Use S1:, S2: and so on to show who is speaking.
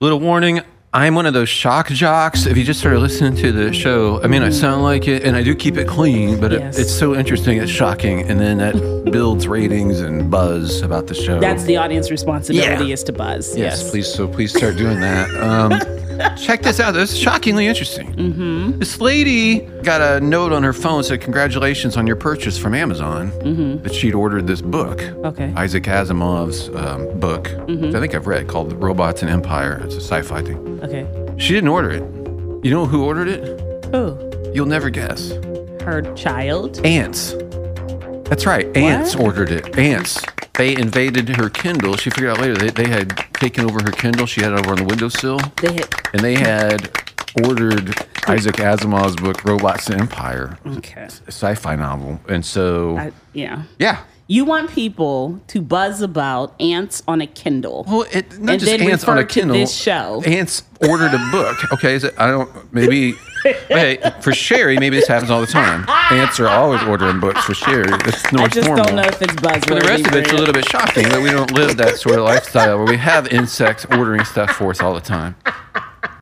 S1: Little warning. I'm one of those shock jocks. If you just started listening to the show, I mean, I sound like it, and I do keep it clean, but
S2: Yes.
S1: it, it's so interesting, it's shocking, and then that builds ratings and buzz about the show.
S2: That's the audience responsibility
S1: Yeah.
S2: is to buzz.
S1: Yes, please. So please start doing that. Um, check this out. This is shockingly interesting. Mm-hmm. This lady got a note on her phone said, "Congratulations on your purchase from Amazon." That she'd ordered this book,
S2: Mm-hmm. Okay. Mm-hmm.
S1: Isaac Asimov's um, book, which I think I've read, called "Robots and Empire." It's a sci-fi thing.
S2: okay.
S1: She didn't order it. You know who ordered it?
S2: Oh,
S1: You'll never guess.
S2: her child.
S1: Ants. That's right. Ants ordered it. Ants. They invaded her Kindle. She figured out later they, they had taken over her Kindle. She had it over on the windowsill.
S2: They hit.
S1: And they had ordered Isaac Asimov's book, Robots and Empire,
S2: Okay.
S1: a sci fi novel. And so,
S2: I, yeah.
S1: yeah.
S2: You want people to buzz about ants on a Kindle.
S1: Well, it, not
S2: And
S1: just
S2: then
S1: ants on a
S2: refer to
S1: Kindle.
S2: this show.
S1: Ants ordered a book. Okay, is it, I don't. Maybe. Hey, for Sherry, maybe this happens all the time. Ants are always ordering books for Sherry. That's
S2: I
S1: normal.
S2: just don't know if it's buzzworthy.
S1: For the rest of it, it's a little bit shocking that we don't live that sort of lifestyle where we have insects ordering stuff for us all the time.